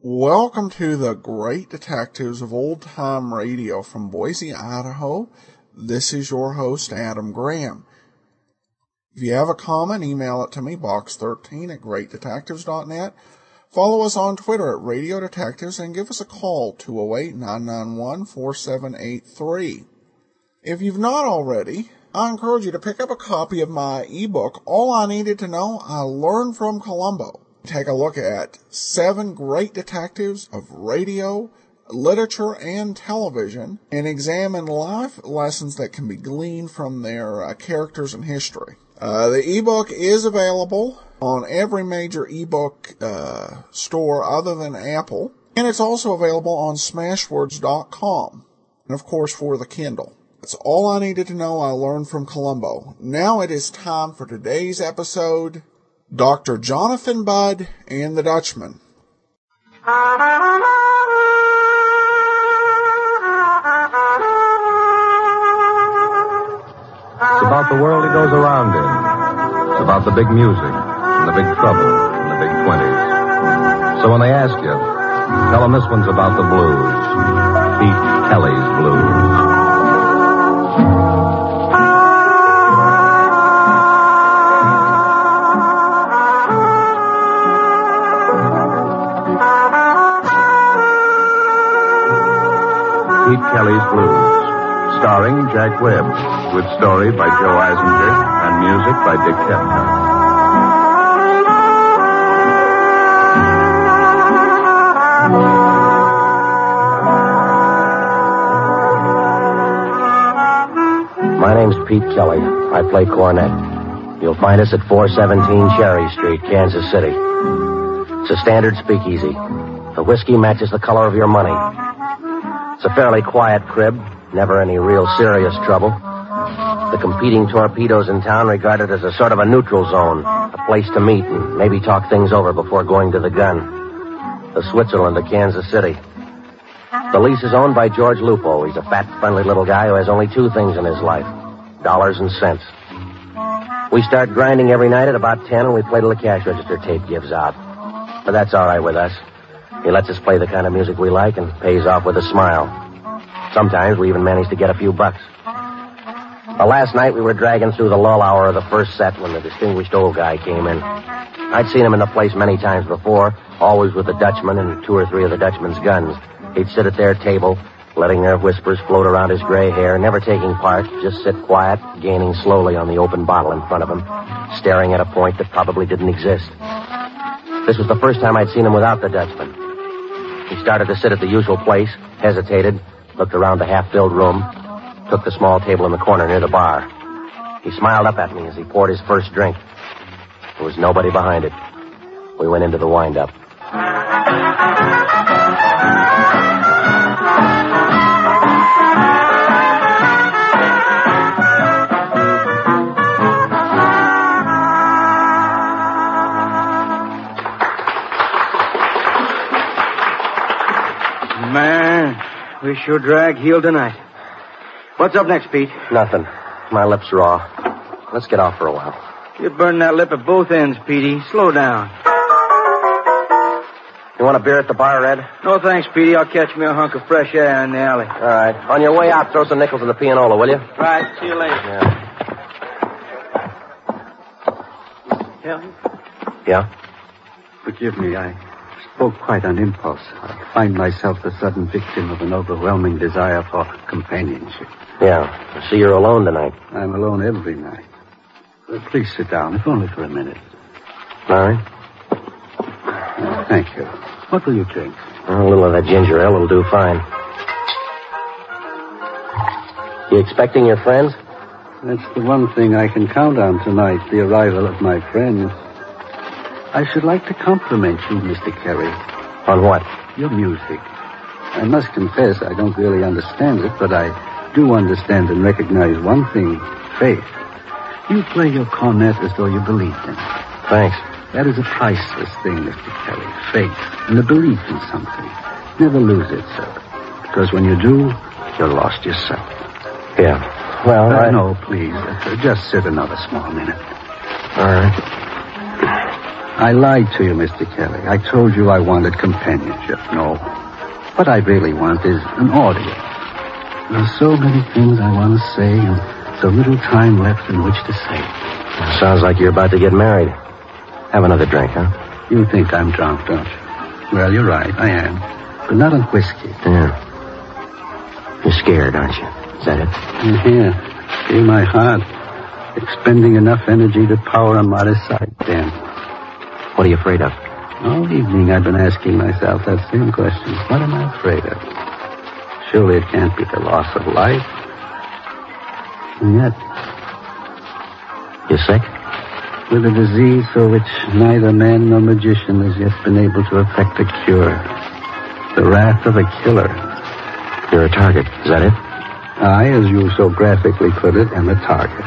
Welcome to the Great Detectives of Old Time Radio from Boise, Idaho. This is your host, Adam Graham. If you have a comment, email it to me, box13 at greatdetectives.net. Follow us on Twitter at Radio Detectives and give us a call, 208 991 4783. If you've not already, I encourage you to pick up a copy of my ebook, All I Needed to Know I Learned from Columbo. Take a look at seven great detectives of radio, literature, and television and examine life lessons that can be gleaned from their uh, characters and history. Uh, the ebook is available on every major ebook uh, store other than Apple, and it's also available on smashwords.com and of course for the Kindle. That's all I needed to know I learned from Columbo. Now it is time for today's episode Dr. Jonathan Budd and the Dutchman. It's about the world he goes around in. It's about the big music and the big trouble and the big 20s. So when they ask you, tell them this one's about the blues. Pete Kelly's Blues. Pete Kelly's Blues, starring Jack Webb, with story by Joe Eisinger and music by Dick Kepner. My name's Pete Kelly. I play cornet. You'll find us at 417 Cherry Street, Kansas City. It's a standard speakeasy. The whiskey matches the color of your money. It's a fairly quiet crib, never any real serious trouble. The competing torpedoes in town regard it as a sort of a neutral zone, a place to meet and maybe talk things over before going to the gun. The Switzerland of Kansas City. The lease is owned by George Lupo. He's a fat, friendly little guy who has only two things in his life dollars and cents. We start grinding every night at about 10, and we play till the cash register tape gives out. But that's all right with us. He lets us play the kind of music we like and pays off with a smile. Sometimes we even manage to get a few bucks. But last night we were dragging through the lull hour of the first set when the distinguished old guy came in. I'd seen him in the place many times before, always with the Dutchman and two or three of the Dutchman's guns. He'd sit at their table, letting their whispers float around his gray hair, never taking part, just sit quiet, gaining slowly on the open bottle in front of him, staring at a point that probably didn't exist. This was the first time I'd seen him without the Dutchman. He started to sit at the usual place, hesitated, looked around the half filled room, took the small table in the corner near the bar. He smiled up at me as he poured his first drink. There was nobody behind it. We went into the wind up. Man, we sure drag heel tonight. What's up next, Pete? Nothing. My lips raw. Let's get off for a while. You burn that lip at both ends, Petey. Slow down. You want a beer at the bar, Red? No thanks, Petey. I'll catch me a hunk of fresh air in the alley. All right. On your way out, throw some nickels in the pianola, will you? Right, see you later. Yeah. Yeah. Yeah? Forgive me, I spoke quite on impulse. I find myself the sudden victim of an overwhelming desire for companionship. Yeah. I see you're alone tonight. I'm alone every night. Uh, Please sit down, if only for a minute. All right. Thank you. What will you drink? Well, a little of that ginger ale will do fine. You expecting your friends? That's the one thing I can count on tonight, the arrival of my friends. I should like to compliment you, Mr. Carey. On what? Your music. I must confess I don't really understand it, but I do understand and recognize one thing faith. You play your cornet as though you believed in it. Thanks. That is a priceless thing, Mr. Kelly. Faith and the belief in something. Never lose it, sir. Because when you do, you're lost yourself. Yeah. Well, Uh, I No, please. uh, Just sit another small minute. All right. I lied to you, Mr. Kelly. I told you I wanted companionship. No. What I really want is an audience. There's so many things I want to say, and so little time left in which to say. it. Sounds like you're about to get married. Have another drink, huh? You think I'm drunk, don't you? Well, you're right. I am. But not on whiskey. Yeah. You're scared, aren't you? Is that it? And here, see my heart, expending enough energy to power a modest side dam. What are you afraid of? All evening I've been asking myself that same question. What am I afraid of? Surely it can't be the loss of life. And yet, You sick? with a disease for which neither man nor magician has yet been able to effect a cure. The wrath of a killer. You're a target. Is that it? I, as you so graphically put it, am a target.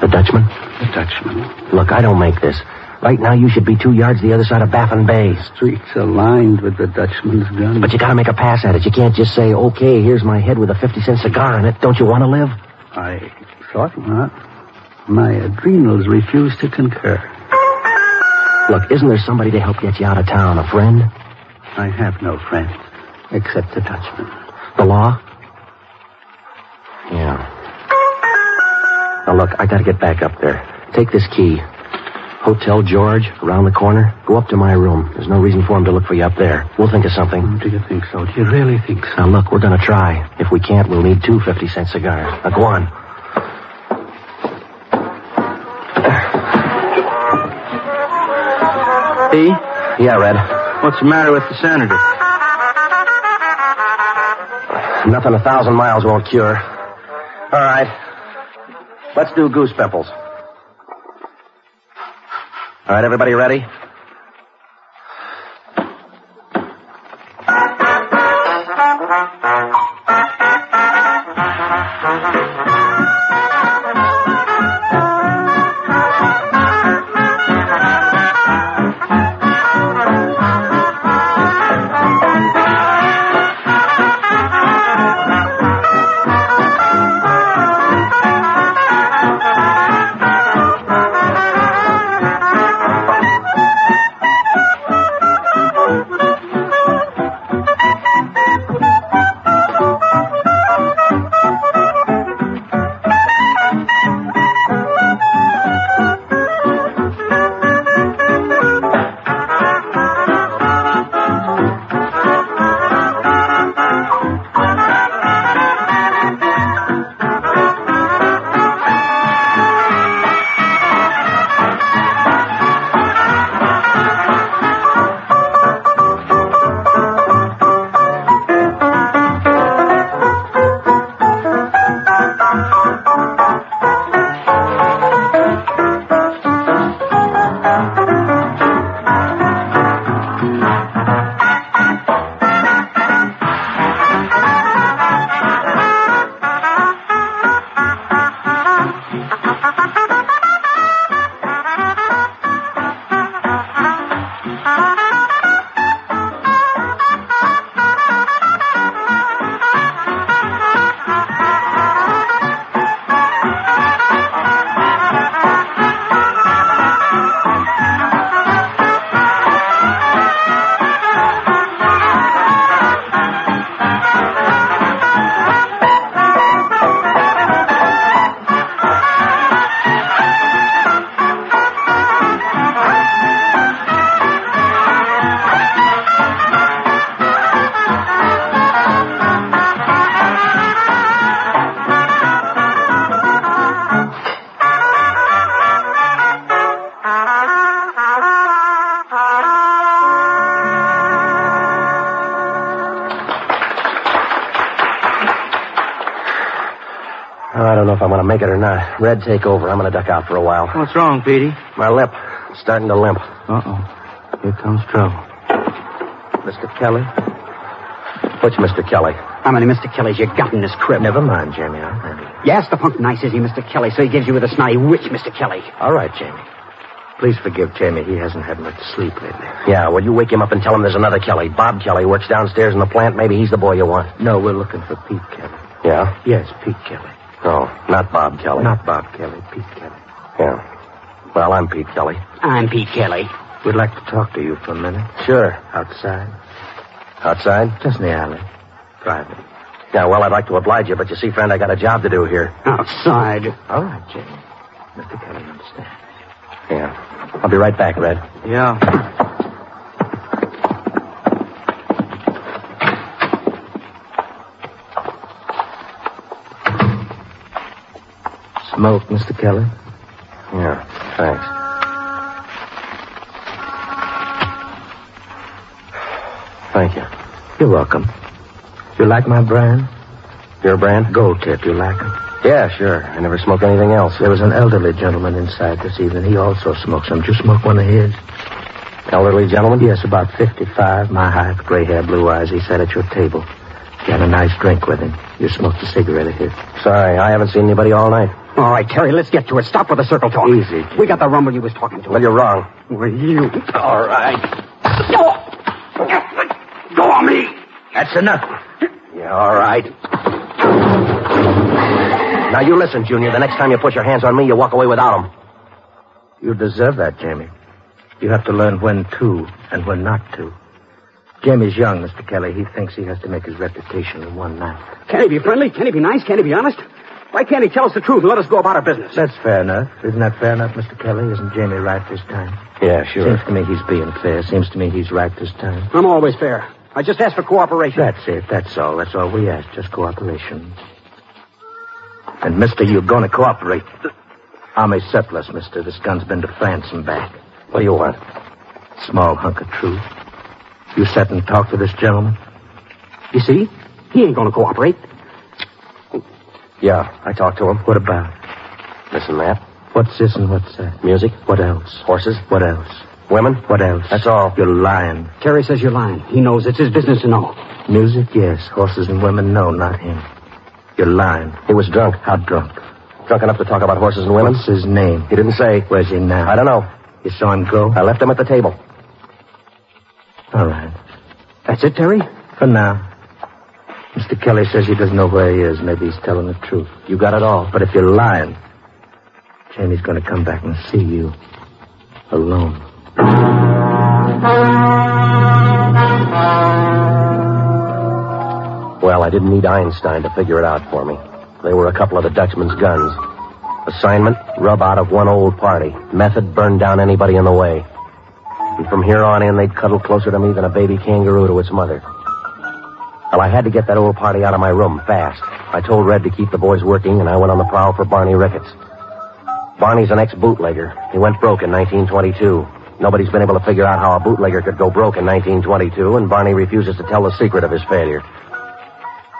The Dutchman? A Dutchman. Look, I don't make this. Right now, you should be two yards the other side of Baffin Bay. Streets are lined with the Dutchman's gun. But you gotta make a pass at it. You can't just say, okay, here's my head with a 50 cent cigar in it. Don't you want to live? I thought not. My adrenals refuse to concur. Look, isn't there somebody to help get you out of town? A friend? I have no friend except the Dutchman. The law? Yeah. Now look, I gotta get back up there. Take this key. Hotel George, around the corner. Go up to my room. There's no reason for him to look for you up there. We'll think of something. Do you think so? Do you really think so? Now look, we're gonna try. If we can't, we'll need two 50 cent cigars. Now go on. He? Yeah, Red. What's the matter with the senator? Nothing a thousand miles won't cure. All right. Let's do goose pimples. All right, everybody ready? Oh, I don't know if I'm going to make it or not. Red, take over. I'm going to duck out for a while. What's wrong, Petey? My lip is starting to limp. Uh-oh. Here comes trouble. Mr. Kelly, Which Mr. Kelly? How many Mr. Kellys you got in this crib? Never mind, Jamie. I'll handle it. You asked the punk nice, is he, Mr. Kelly? So he gives you with a snotty witch, Mr. Kelly. All right, Jamie. Please forgive Jamie. He hasn't had much sleep lately. Yeah, well, you wake him up and tell him there's another Kelly. Bob Kelly works downstairs in the plant. Maybe he's the boy you want. No, we're looking for Pete Kelly. Yeah? Yes, Pete Kelly. Oh, not Bob Kelly. Not Bob Kelly, Pete Kelly. Yeah. Well, I'm Pete Kelly. I'm Pete Kelly. We'd like to talk to you for a minute. Sure. Outside? Outside? Just in the alley. Private. Yeah, well, I'd like to oblige you, but you see, friend, I got a job to do here. Outside. All right, Jamie. Mr. Kelly, understand. Yeah. I'll be right back, Red. Yeah. Smoke, Mr. Kelly? Yeah, thanks. Thank you. You're welcome. You like my brand? Your brand? Gold tip, you like it? Yeah, sure. I never smoke anything else. There was an elderly gentleman inside this evening. He also smoked some. Did you smoke one of his? Elderly gentleman? Yes, about 55, my height, gray hair, blue eyes. He sat at your table. You had a nice drink with him. You smoked a cigarette of his. Sorry, I haven't seen anybody all night. All right, Terry, let's get to it. Stop with the circle talk. Easy. We got the rumble you was talking to. Well, you're wrong. Were you? All right. Go, go on me. That's enough. Yeah, all right. Now, you listen, Junior. The next time you put your hands on me, you walk away without 'em. You deserve that, Jamie. You have to learn when to and when not to. Jamie's young, Mr. Kelly. He thinks he has to make his reputation in one night. Can he be friendly? Can he be nice? Can he be honest? Why can't he tell us the truth and let us go about our business? That's fair enough. Isn't that fair enough, Mr. Kelly? Isn't Jamie right this time? Yeah, sure. Seems to me he's being fair. Seems to me he's right this time. I'm always fair. I just ask for cooperation. That's it. That's all. That's all we ask. Just cooperation. And, mister, you're going to cooperate. Army surplus, mister. This gun's been to France and back. What do you want? Small hunk of truth. You sat and talked to this gentleman? You see? He ain't going to cooperate. Yeah, I talked to him. What about? Listen, Matt. What's this and what's that? Music? What else? Horses? What else? Women? What else? That's all. You're lying. Terry says you're lying. He knows. It's his business to know. Music, yes. Horses and women, no, not him. You're lying. He was drunk. How drunk? Drunk enough to talk about horses and women? What's his name? He didn't say. Where's he now? I don't know. You saw him go? I left him at the table. All right. That's it, Terry? For now. Mr. Kelly says he doesn't know where he is. Maybe he's telling the truth. You got it all. But if you're lying, Jamie's going to come back and see you. Alone. Well, I didn't need Einstein to figure it out for me. They were a couple of the Dutchman's guns. Assignment, rub out of one old party. Method, burn down anybody in the way. And from here on in, they'd cuddle closer to me than a baby kangaroo to its mother. Well, I had to get that old party out of my room fast. I told Red to keep the boys working, and I went on the prowl for Barney Ricketts. Barney's an ex-bootlegger. He went broke in 1922. Nobody's been able to figure out how a bootlegger could go broke in 1922, and Barney refuses to tell the secret of his failure.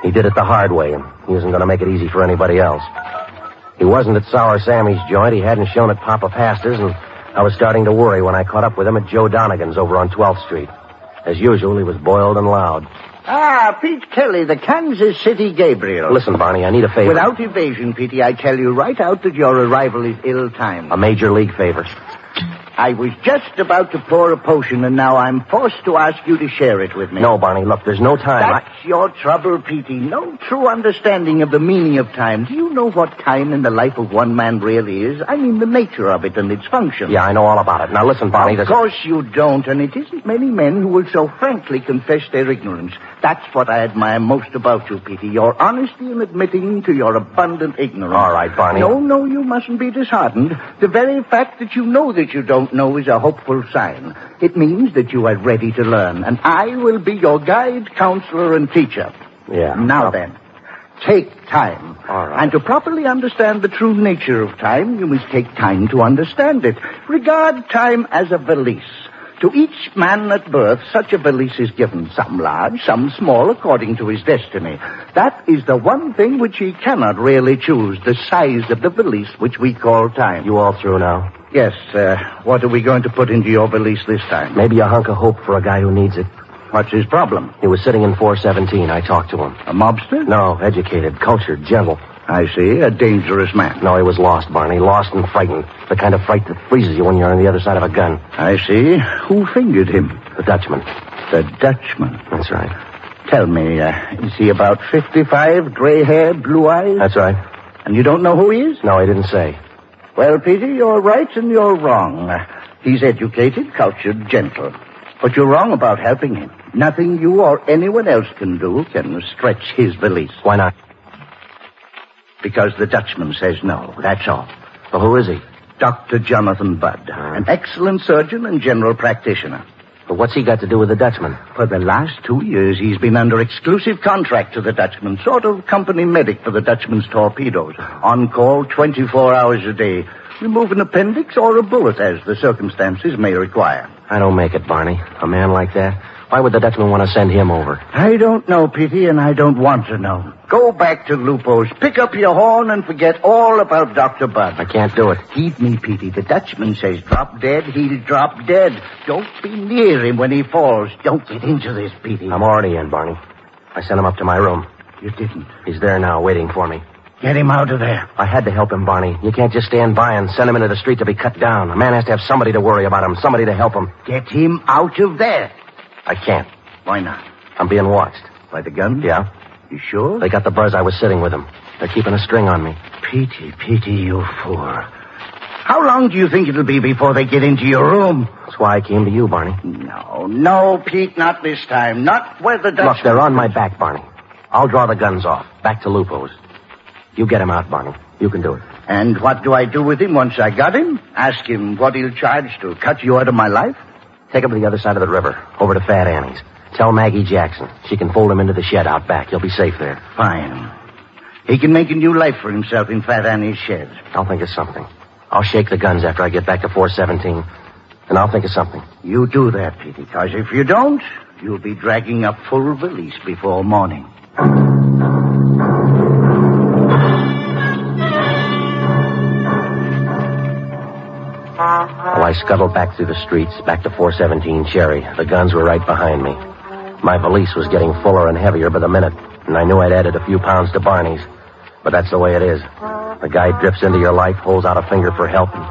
He did it the hard way, and he isn't going to make it easy for anybody else. He wasn't at Sour Sammy's joint. He hadn't shown at Papa Pastor's, and I was starting to worry when I caught up with him at Joe Donegan's over on 12th Street. As usual, he was boiled and loud. Ah, Pete Kelly, the Kansas City Gabriel. Listen, Barney, I need a favor. Without evasion, Petey, I tell you right out that your arrival is ill-timed. A major league favor. I was just about to pour a potion, and now I'm forced to ask you to share it with me. No, Barney, look, there's no time. I- That's your trouble, Petey. No true understanding of the meaning of time. Do you know what time in the life of one man really is? I mean the nature of it and its function. Yeah, I know all about it. Now listen, Barney, Of there's... course you don't, and it isn't many men who will so frankly confess their ignorance. That's what I admire most about you, Petey. Your honesty in admitting to your abundant ignorance. All right, Barney. No, no, you mustn't be disheartened. The very fact that you know that you don't know is a hopeful sign. It means that you are ready to learn, and I will be your guide, counselor, and teacher. Yeah. Now Well, then, take time. All right. And to properly understand the true nature of time, you must take time to understand it. Regard time as a valise. To each man at birth, such a valise is given, some large, some small, according to his destiny. That is the one thing which he cannot really choose, the size of the valise which we call time. You all through now? Yes, uh, what are we going to put into your valise this time? Maybe a hunk of hope for a guy who needs it. What's his problem? He was sitting in 417. I talked to him. A mobster? No, educated, cultured, gentle. I see. A dangerous man. No, he was lost, Barney. Lost and frightened. The kind of fright that freezes you when you're on the other side of a gun. I see. Who fingered him? The Dutchman. The Dutchman. That's right. Tell me, uh, is he about 55, gray hair, blue eyes? That's right. And you don't know who he is? No, he didn't say. Well, Peter, you're right and you're wrong. He's educated, cultured, gentle. But you're wrong about helping him. Nothing you or anyone else can do can stretch his beliefs. Why not? Because the Dutchman says no, that's all. Well, who is he? Dr. Jonathan Budd, an excellent surgeon and general practitioner. But what's he got to do with the Dutchman? For the last two years, he's been under exclusive contract to the Dutchman, sort of company medic for the Dutchman's torpedoes, on call 24 hours a day. Remove an appendix or a bullet as the circumstances may require. I don't make it, Barney. A man like that. Why would the Dutchman want to send him over? I don't know, Petey, and I don't want to know. Go back to Lupo's, pick up your horn, and forget all about Dr. Budd. I can't do it. Heed me, Petey. The Dutchman says drop dead, he'll drop dead. Don't be near him when he falls. Don't get into this, Petey. I'm already in, Barney. I sent him up to my room. You didn't. He's there now, waiting for me. Get him out of there. I had to help him, Barney. You can't just stand by and send him into the street to be cut down. A man has to have somebody to worry about him, somebody to help him. Get him out of there. I can't. Why not? I'm being watched. By the gun? Yeah? You sure? They got the buzz I was sitting with him. They're keeping a string on me. Petey, Petey, you fool. How long do you think it'll be before they get into your room? That's why I came to you, Barney. No, no, Pete, not this time. Not where the Look, Dutch. they're on my back, Barney. I'll draw the guns off. Back to Lupo's. You get him out, Barney. You can do it. And what do I do with him once I got him? Ask him what he'll charge to cut you out of my life? Take him to the other side of the river, over to Fat Annie's. Tell Maggie Jackson. She can fold him into the shed out back. He'll be safe there. Fine. He can make a new life for himself in Fat Annie's shed. I'll think of something. I'll shake the guns after I get back to 417, and I'll think of something. You do that, Petey, because if you don't, you'll be dragging up full release before morning. Well, Oh, I scuttled back through the streets, back to 417 Cherry. The guns were right behind me. My valise was getting fuller and heavier by the minute, and I knew I'd added a few pounds to Barney's. But that's the way it is. The guy drifts into your life, holds out a finger for help, and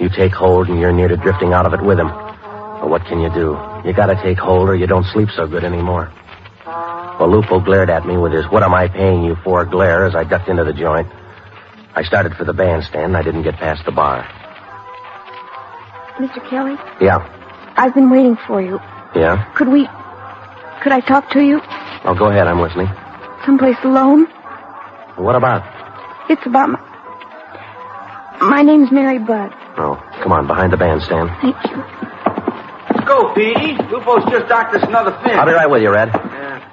you take hold, and you're near to drifting out of it with him. But what can you do? You gotta take hold, or you don't sleep so good anymore. Well, Lupo glared at me with his what am I paying you for glare as I ducked into the joint. I started for the bandstand, and I didn't get past the bar. Mr. Kelly, Yeah, I've been waiting for you. yeah. Could we. Could I talk to you? Oh, go ahead. I'm listening. Someplace alone? What about? It's about my. My name's Mary Budd. Oh, come on, behind the bandstand. Thank you. Let's go, Petey. Lupo's just docked us another fin. I'll be right with you, Red. Yeah.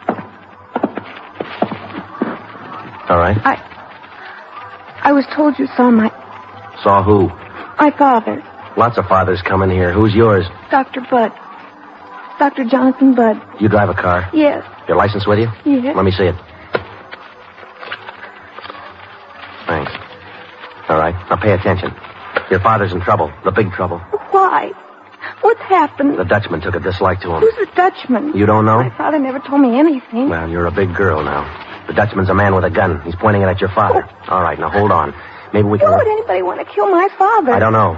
All right. I. I was told you saw my. Saw who? My father, Lots of fathers come in here. Who's yours? Dr. Budd. Dr. Jonathan Budd. You drive a car. Yes, Your license with you? yes. Let me see it. Thanks. All right. Now pay attention. Your father's in trouble. The big trouble. Why? What's happened? The Dutchman took a dislike to him. Who's the Dutchman? You don't know? My father never told me anything. Well, you're a big girl now. The Dutchman's a man with a gun. He's pointing it at your father. All right. Now hold on. Maybe we can. Why would anybody want to kill my father? I don't know.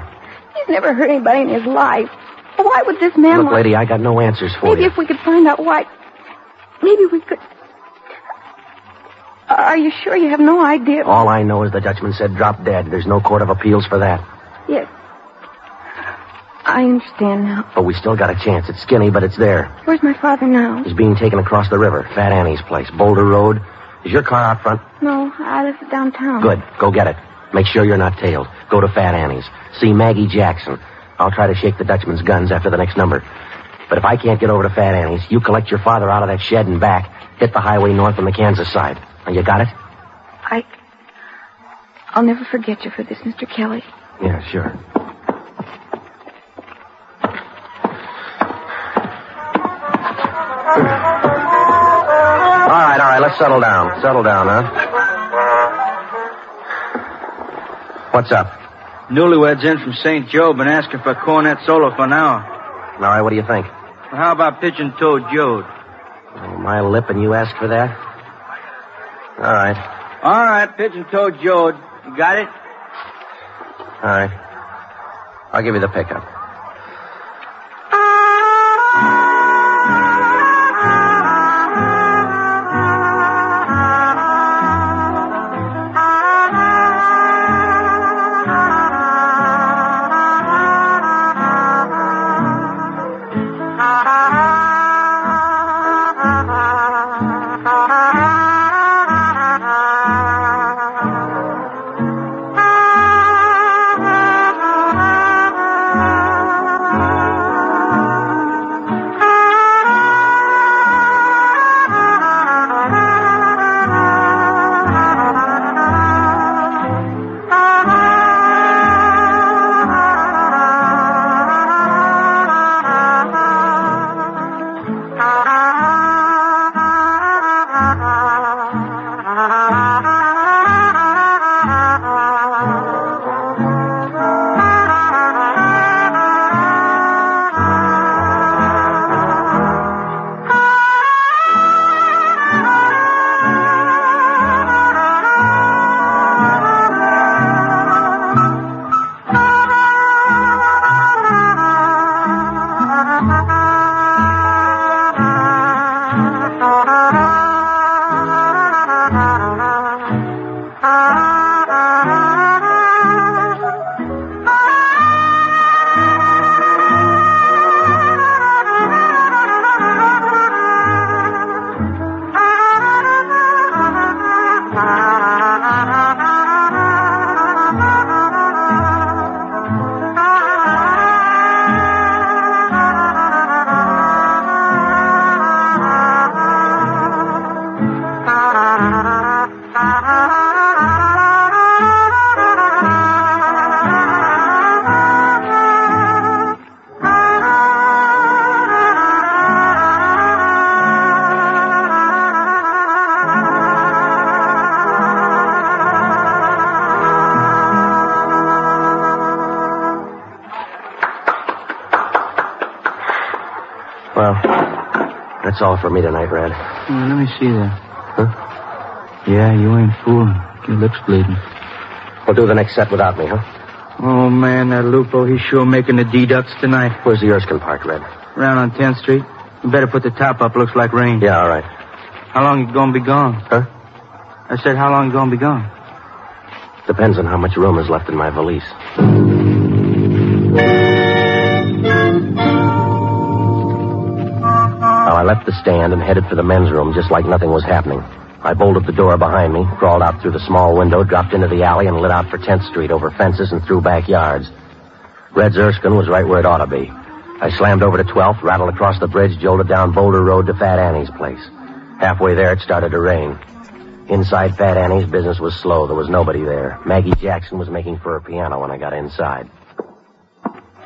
He's never hurt anybody in his life. Why would this man Look, want... lady, I got no answers for Maybe you. if we could find out why. Maybe we could. Uh, Are you sure you have no idea? All I know is the Dutchman said drop dead. There's no court of appeals for that. Yes. I understand now. But we still got a chance. It's skinny, but it's there. Where's my father now? He's being taken across the river, Fat Annie's place, Boulder Road. Is your car out front? No, I live downtown. Good. Go get it. Make sure you're not tailed. Go to Fat Annie's. See Maggie Jackson. I'll try to shake the Dutchman's guns after the next number. But if I can't get over to Fat Annie's, you collect your father out of that shed and back. Hit the highway north on the Kansas side. Now, you got it? I. I'll never forget you for this, Mr. Kelly. Yeah, sure. All right, all right, let's settle down. Settle down, huh? What's up? Newlyweds in from St. Joe been asking for cornet solo for an hour. All right, what do you think? How about pigeon toed Jode? Oh, my lip, and you ask for that? All right, All right, pigeon toed Jode. You got it? all right. I'll give you the pickup. Well, that's all for me tonight, Rad. Well, let me see that. Yeah, you ain't fooling. Your lip's bleeding. We'll do the next set without me, huh? Oh, man, that Lupo, he's sure making the deducts tonight. Where's the Erskine Park, Red? Round on 10th Street. You better put the top up. Looks like rain. Yeah, all right. How long you gonna be gone? Huh? I said, how long you gonna be gone? Depends on how much room is left in my valise. Well, Oh, I left the stand and headed for the men's room just like nothing was happening. I bolted the door behind me, crawled out through the small window, dropped into the alley, and lit out for 10th Street over fences and through backyards. Red's Erskine was right where it ought to be. I slammed over to 12th, rattled across the bridge, jolted down Boulder Road to Fat Annie's place. Halfway there, it started to rain. Inside Fat Annie's, business was slow. There was nobody there. Maggie Jackson was making for her piano when I got inside.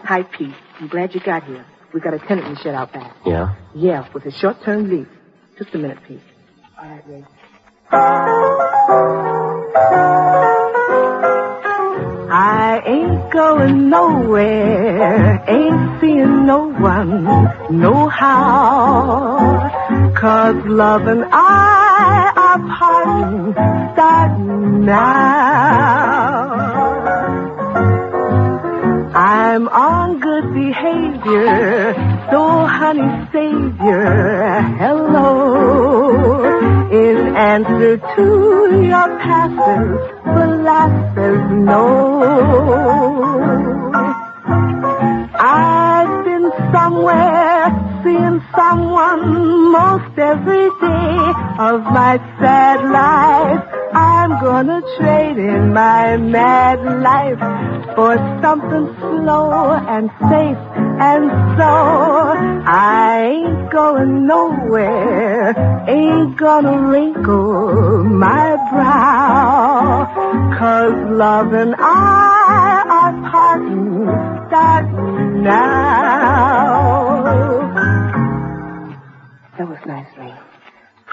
Hi, Pete. I'm glad you got here. We got a tenant in the shed out back. Yeah? Yeah, with a short-term lease. Just a minute, Pete. All right, Ray. I ain't going nowhere, ain't seeing no one, no how. Cause love and I are parting, starting now. I'm on good behavior, so honey savior, hello. In answer to your passes, the last says no. I've been somewhere, seeing someone most every day of my sad life. I'm gonna trade in my mad life for something slow and safe and so I ain't going nowhere, ain't gonna wrinkle my brow, cause love and I are parting, starting now. That was nice, Ray.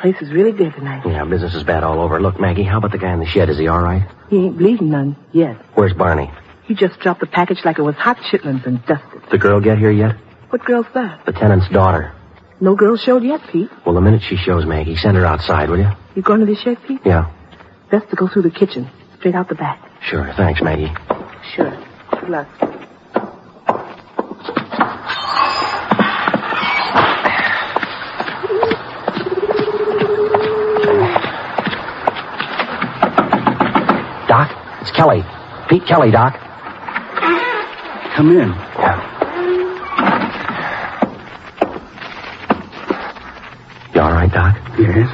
Place is really good tonight. Yeah, business is bad all over. Look, Maggie, how about the guy in the shed? Is he all right? He ain't bleeding none yet. Where's Barney? He just dropped the package like it was hot chitlins and dusted. The girl get here yet? What girl's that? The tenant's daughter. No girl showed yet, Pete. Well, the minute she shows Maggie, send her outside, will you? You going to the shed, Pete? Yeah. Best to go through the kitchen, straight out the back. Sure. Thanks, Maggie. Sure. Good luck. Doc, it's Kelly. Pete Kelly, Doc. Come in. You all right, Doc? Yes.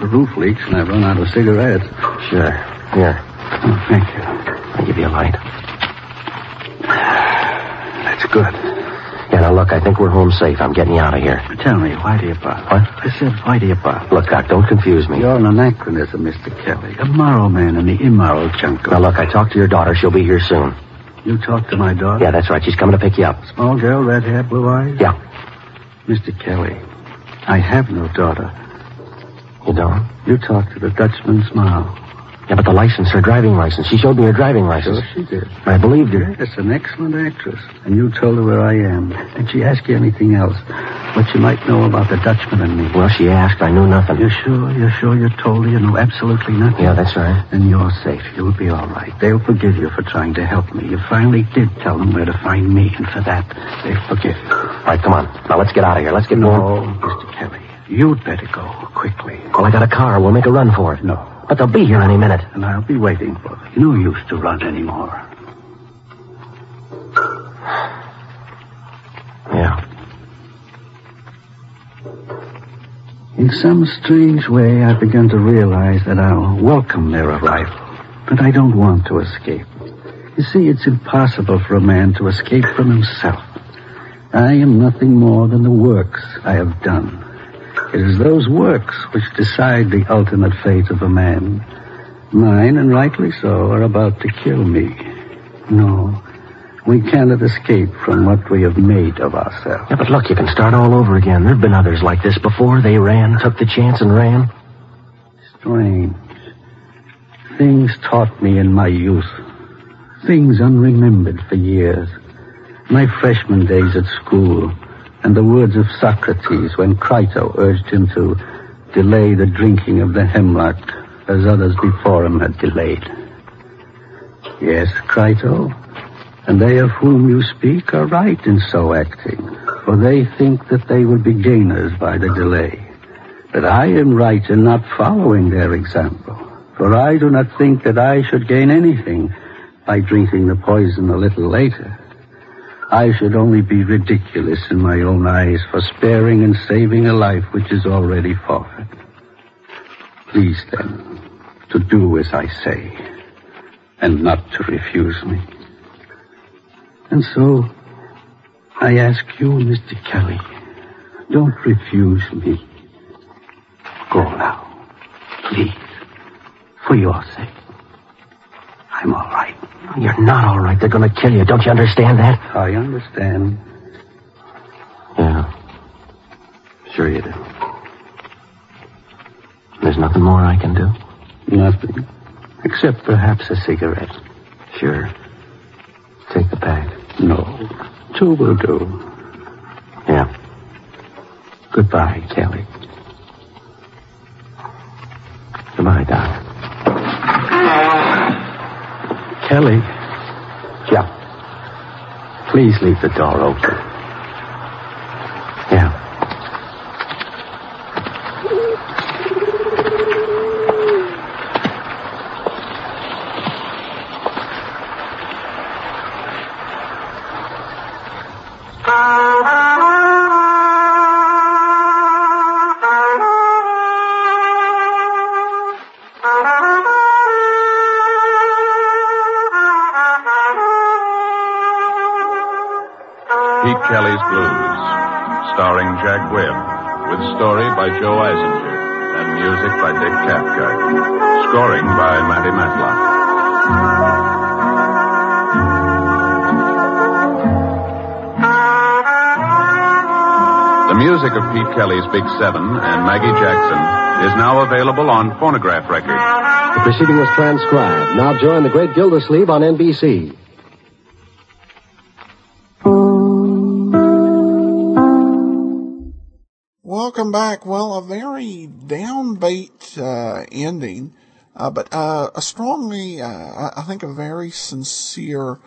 The roof leaks and I've run out of cigarettes. Sure. Here. Oh, thank you. I'll give you a light. That's good. Yeah, now look, I think we're home safe. I'm getting you out of here. Tell me, why do you bother? What? I said, why do you bother? Look, Doc, don't confuse me. You're an anachronism, Mr. Kelly. A moral man in the immoral jungle. Now look, I talked to your daughter. She'll be here soon. You talked to my daughter? Yeah, that's right. She's coming to pick you up. Small girl, red hair, blue eyes? Yeah. Mr. Kelly, I have no daughter. You don't? You talked to the Dutchman Smile. Yeah, but the license, her driving license. She showed me her driving license. Sure she did. I believed her. Yes, an excellent actress. And you told her where I am. Did she ask you anything else? What you might know about the Dutchman and me? Well, she asked. I knew nothing. You're sure? You're sure you told her you know absolutely nothing? Yeah, that's right. Then you're safe. You'll be all right. They'll forgive you for trying to help me. You finally did tell them where to find me, and for that, they forgive you. All right, come on. Now let's get out of here. Let's get no, going. Mr. Kelly. You'd better go quickly. Well, I got a car. We'll make a run for it. No. But they'll be here any minute. And I'll be waiting for them. No use to run anymore. Yeah. In some strange way, I've begun to realize that I'll welcome their arrival, but I don't want to escape. You see, it's impossible for a man to escape from himself. I am nothing more than the works I have done. It is those works which decide the ultimate fate of a man. Mine, and rightly so, are about to kill me. No, we cannot escape from what we have made of ourselves. Yeah, but look, you can start all over again. There have been others like this before. They ran, took the chance, and ran. Strange. Things taught me in my youth. Things unremembered for years. My freshman days at school, and the words of Socrates when Crito urged him to delay the drinking of the hemlock as others before him had delayed. Yes, Crito, and they of whom you speak are right in so acting, for they think that they will be gainers by the delay. But I am right in not following their example, for I do not think that I should gain anything by drinking the poison a little later. I should only be ridiculous in my own eyes for sparing and saving a life which is already forfeit. Please, then, to do as I say, and not to refuse me. And so, I ask you, Mr. Kelly, don't refuse me. Go now, please, for your sake. I'm all right. You're not all right. They're going to kill you. Don't you understand that? I understand. Yeah. Sure you do. There's nothing more I can do? Nothing. Except perhaps a cigarette. Sure. Take the pack. No. Two will do. Yeah. Goodbye, Kelly. Goodbye, Doc. Kelly. Yeah. Please leave the door open. Yeah. Pete Kelly's Blues, starring Jack Webb, with story by Joe Eisinger and music by Dick Tapkart, scoring by Matty Matlock. The music of Pete Kelly's Big Seven and Maggie Jackson is now available on phonograph records. The proceeding was transcribed. Now join the great Gildersleeve on NBC. Welcome back. Well, a very downbeat uh, ending, uh, but uh, a strongly, uh, I- I think, a very sincere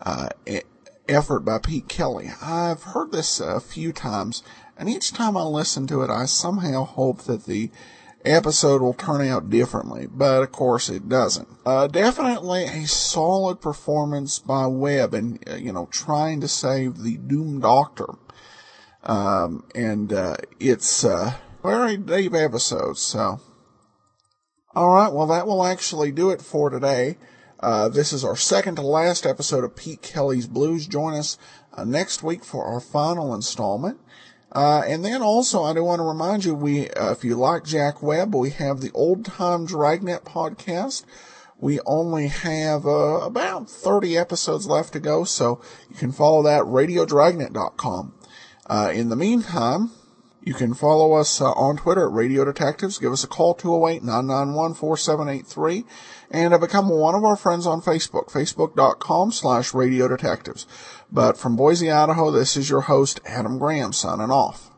uh, e- effort by Pete Kelly. I've heard this a few times, and each time I listen to it, I somehow hope that the episode will turn out differently, but of course it doesn't. Uh, definitely a solid performance by Webb, and uh, you know, trying to save the doomed Doctor um, and uh, it's uh, very deep episode. So, all right, well, that will actually do it for today. Uh, this is our second to last episode of Pete Kelly's Blues. Join us uh, next week for our final installment. Uh, and then also, I do want to remind you, we uh, if you like Jack Webb, we have the Old Time Dragnet podcast. We only have uh, about 30 episodes left to go, so you can follow that radiodragnet.com. Uh, in the meantime, you can follow us uh, on Twitter at Radio Detectives. Give us a call, 208-991-4783, and uh, become one of our friends on Facebook, facebook.com slash Radio Detectives. But from Boise, Idaho, this is your host, Adam Graham, signing off.